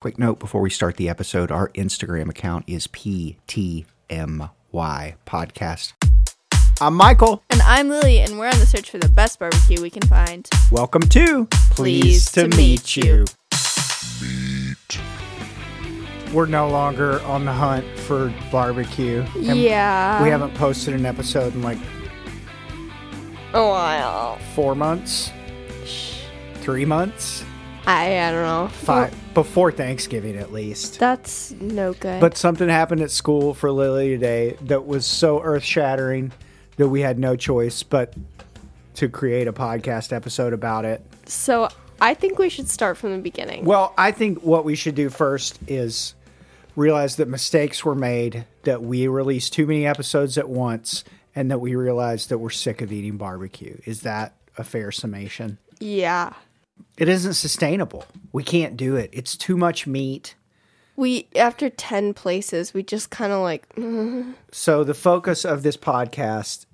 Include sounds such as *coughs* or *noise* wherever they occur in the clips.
Quick note before we start the episode our Instagram account is PTMY Podcast. I'm Michael. And I'm Lily, and we're on the search for the best barbecue we can find. Welcome to Pleased to Meet You. we're no longer on the hunt for barbecue. And yeah. We haven't posted an episode in like a while. four months, three months, I, I don't know. five, before Thanksgiving at least. That's no good. But something happened at school for Lily today that was so earth shattering that we had no choice but to create a podcast episode about it. So I think we should start from the beginning. Well, I think what we should do first is realize that mistakes were made, that we released too many episodes at once, and that we realized that we're sick of eating barbecue. Is that a fair summation? yeah. It isn't sustainable. We can't do it. It's too much meat. We after 10 places, we just kind of like So the focus of this podcast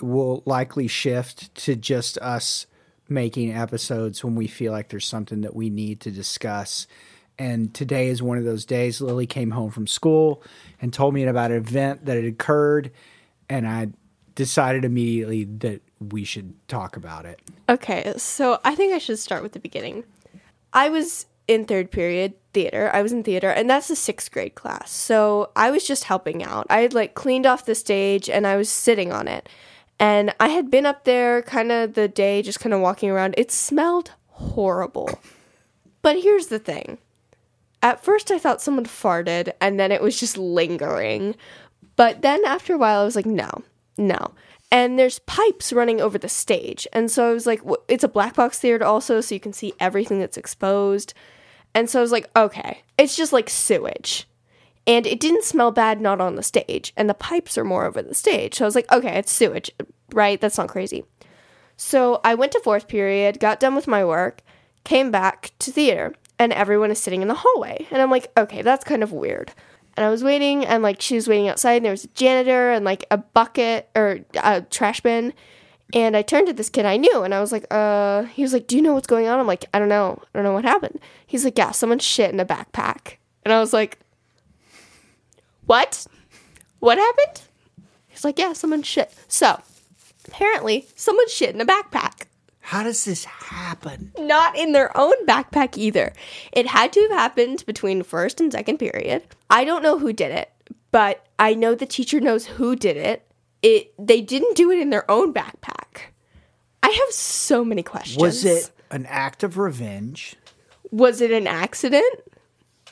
will likely shift to just us making episodes when we feel like there's something that we need to discuss. And today is one of those days. Lily came home from school and told me about an event that had occurred, and I decided immediately that we should talk about it. Okay, so I think I should start with the beginning. I was in third period theater. I was in theater, and that's a sixth grade class. So I was just helping out. I had like cleaned off the stage and I was sitting on it. And I had been up there kind of the day, just kind of walking around. It smelled horrible. But here's the thing at first, I thought someone farted, and then it was just lingering. But then after a while, I was like, no, no. And there's pipes running over the stage. And so I was like, w- it's a black box theater also, so you can see everything that's exposed. And so I was like, okay, it's just like sewage. And it didn't smell bad, not on the stage. And the pipes are more over the stage. So I was like, okay, it's sewage, right? That's not crazy. So I went to fourth period, got done with my work, came back to theater, and everyone is sitting in the hallway. And I'm like, okay, that's kind of weird. And I was waiting, and like she was waiting outside, and there was a janitor and like a bucket or a trash bin. And I turned to this kid I knew, and I was like, uh, he was like, do you know what's going on? I'm like, I don't know. I don't know what happened. He's like, yeah, someone shit in a backpack. And I was like, what? What happened? He's like, yeah, someone shit. So apparently, someone shit in a backpack How does this happen? not in their own backpack either. It had to have happened between first and second period. I don't know who did it, but I know the teacher knows who did it. It they didn't do it in their own backpack. I have so many questions. Was it an act of revenge? was it an accident?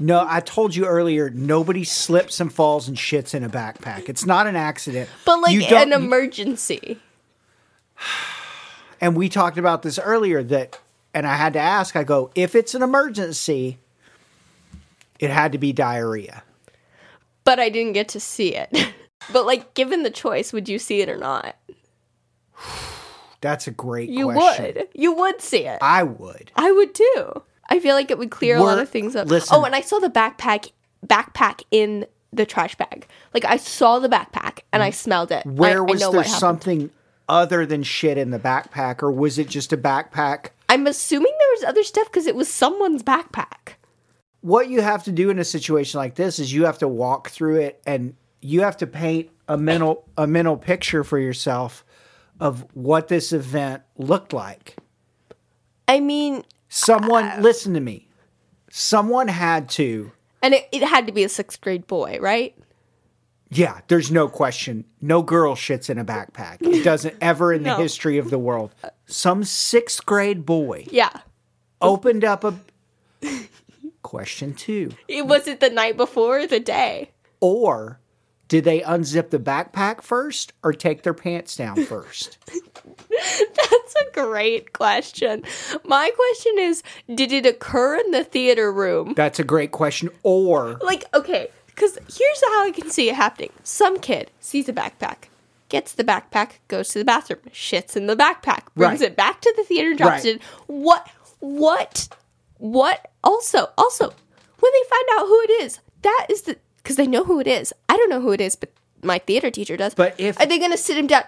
No, I told you earlier, nobody slips and falls and shits in a backpack. It's not an accident. But You like don't- an emergency. and we talked about this earlier that and i had to ask i go if it's an emergency it had to be diarrhea But I didn't get to see it. *laughs* but like given the choice, would you see it or not? that's a great You question would. You would see it. i would I would too. I feel like it would clear a lot We're- of things up. listen. Oh, and I saw the backpack backpack in the trash bag. Like I saw the backpack and I smelled it. I- where I was know there what happened. something other than shit in the backpack or was it just a backpack I'm assuming there was other stuff because it was someone's backpack. what you have to do in a situation like this is you have to walk through it and you have to paint a mental a mental picture for yourself of what this event looked like I mean, someone listen to me someone had to and it, it had to be a sixth grade boy, right? Yeah, there's no question. No girl shits in a backpack. It doesn't ever in No. the history of the world. Some sixth grade boy Yeah. opened up a question two. It was it the night before or the day. *laughs* Or did they unzip the backpack first or take their pants down first? That's a great question. My question is, did it occur in the theater room? That's a great question. Or like okay because here's how i can see it happening some kid sees a backpack gets the backpack goes to the bathroom shits in the backpack brings Right. it back to the theater Right. drops it in what what what also also when they find out who it is that is the because they know who it is i don't know who it is but my theater teacher does But if- are they gonna sit him down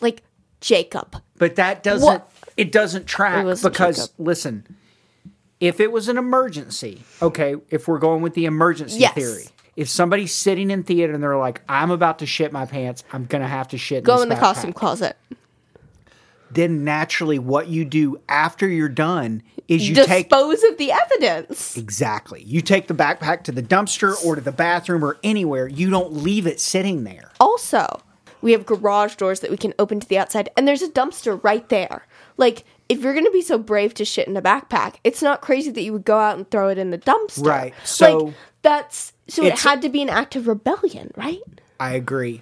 like jacob but that doesn't What? it doesn't track It wasn't because Jacob. listen, If it was an emergency, okay, if we're going with the emergency Yes. theory, if somebody's sitting in theater and they're like, I'm about to shit my pants, I'm going to have to shit Go this in the backpack," costume closet. Then naturally, what you do after you're done is you take Dispose of the evidence. Exactly. You take the backpack to the dumpster or to the bathroom or anywhere. You don't leave it sitting there. Also, we have garage doors that we can open to the outside, and there's a dumpster right there. Like, if you're gonna be so brave to shit in a backpack, it's not crazy that you would go out and throw it in the dumpster. Right, so- like, that's so it It's- had to be an act of rebellion, right? I agree.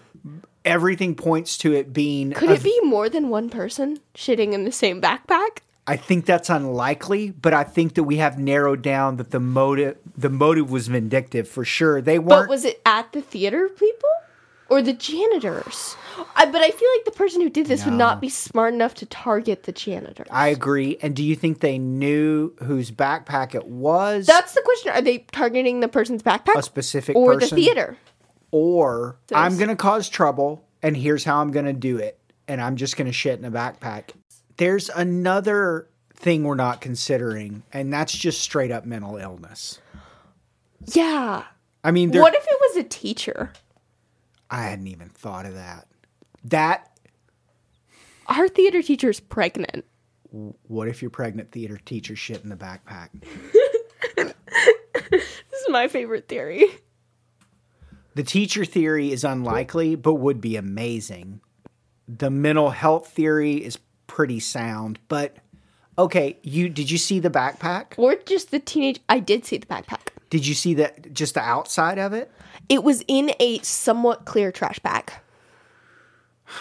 Everything points to it being. Could a- it be more than one person shitting in the same backpack? I think that's unlikely, but I think that we have narrowed down that the motive the motive was vindictive for sure. They weren't. But was it at the theater people or the janitors? I, but I feel like the person who did this would not be smart enough to target the janitor. I agree. And do you think they knew whose backpack it was, That's the question. Are they targeting the person's backpack, A specific or person? the theater? or I'm Those- going to cause trouble, and here's how I'm going to do it, and I'm just going to shit in a backpack? There's another thing we're not considering, and that's just straight up mental illness. Yeah. I mean, there, What if it was a teacher? I hadn't even thought of that. That Our theater teacher's pregnant. what if your pregnant theater teacher shit in the backpack? This is my favorite theory. The teacher theory is unlikely, but would be amazing. The mental health theory is pretty sound, but okay, you did you see the backpack? Or just the teenage. I did see the backpack. Did you see that just the outside of it? It was in a somewhat clear trash bag,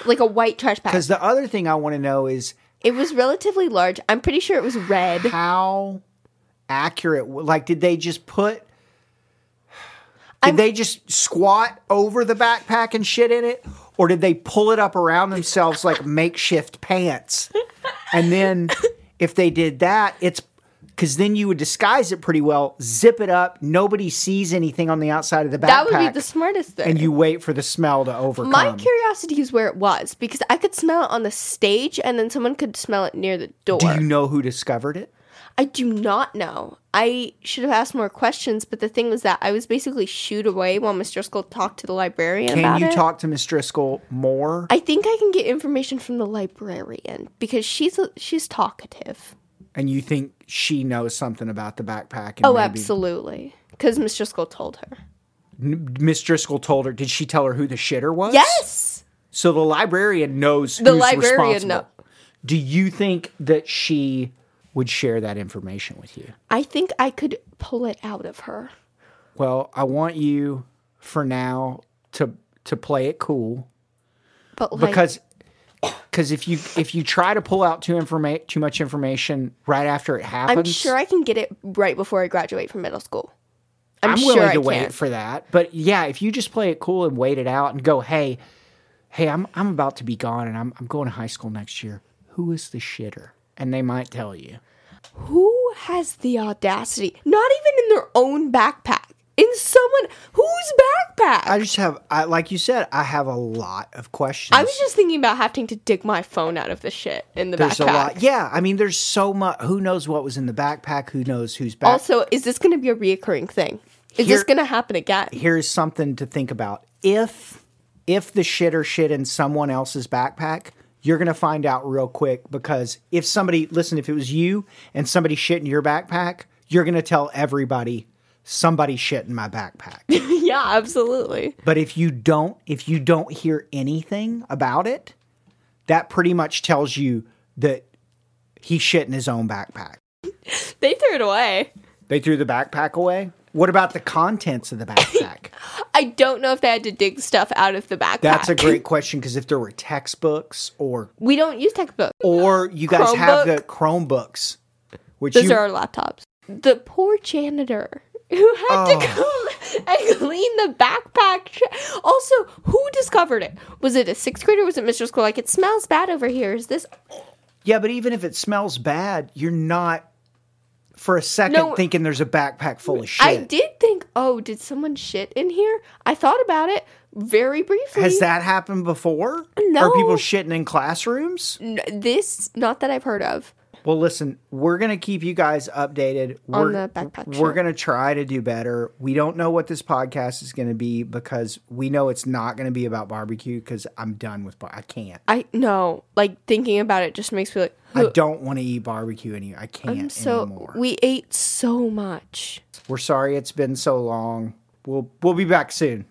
like a white trash bag. Because the other thing I want to know is It was relatively large. I'm pretty sure it was red. how accurate. Like, did they just put? Did they just squat over the backpack and shit in it, or did they pull it up around themselves like makeshift pants? And then, if they did that, it's because then you would disguise it pretty well, zip it up, nobody sees anything on the outside of the backpack, That would be the smartest thing. and you wait for the smell to overcome. My curiosity is where it was because I could smell it on the stage, and then someone could smell it near the door. Do you know who discovered it? I do not know. I should have asked more questions, but the thing was that I was basically shooed away while Miss Driscoll talked to the librarian Can about you it. talk to Miss Driscoll more? I think I can get information from the librarian because she's a, she's talkative. and you think she knows something about the backpack. And Oh, maybe- absolutely. Because Miss Driscoll told her. N- Miss Driscoll told her. Did she tell her who the shitter was? Yes. So the librarian knows. The who's librarian responsible. knows. Do you think that she would share that information with you? I think I could pull it out of her. Well, I want you for now to to play it cool But like, because *coughs* because if you if you try to pull out too informa- too much information right after it happens, I'm sure I can get it right before I graduate from middle school. I'm, I'm sure willing I to can. wait for that. But yeah, if you just play it cool and wait it out and go, hey, hey, I'm I'm about to be gone and I'm I'm going to high school next year. Who is the shitter? And they might tell you. Who has the audacity? Not even in their own backpack. In someone whose backpack? I I, just have, I, like you said, I have a lot of questions. was just thinking about having to dig my phone out of the shit in the there's backpack. a lot. Yeah, I mean, there's so much. Who knows what was in the backpack? Who knows who's back? Also, is this going to be a reoccurring thing? Is Here- this going to happen again? *laughs* here's something to think about. If if the shitter shit in someone else's backpack, you're gonna find out real quick because if somebody listen, if it was you and somebody shit in your backpack, you're gonna tell everybody somebody shit in my *laughs* backpack. yeah, absolutely. but if you don't, if you don't hear anything about it, that pretty much tells you that he shit in his own backpack. They threw it away. They threw the backpack away. What about the contents *laughs* of the backpack? I don't know if they had to dig stuff out of the backpack. That's a great question because if there were textbooks or We don't use textbooks. or you guys have the Chromebooks, which Those you, are our laptops. The poor janitor who had Oh. to go *laughs* and clean the backpack. Tra- also, who discovered it? Was it a sixth grader? Was it Mr. School? Like, it smells bad over here. Is this? yeah, but even if it smells bad, you're not for a second No. thinking there's a backpack full of shit. I did think, oh, did someone shit in here? I thought about it very briefly. Has that happened before? No. Are people shitting in classrooms? N- this? Not that I've heard of. Well, listen, we're gonna keep you guys updated. On We're, the backpack We're show. gonna try to do better. We don't know what this podcast is gonna be because we know it's not gonna be about barbecue because I'm done with bar. I can't. I no, like thinking about it just makes me like I don't want to eat barbecue anymore. I can't I'm so anymore. we ate so much. We're sorry it's been so long. We'll we'll be back soon.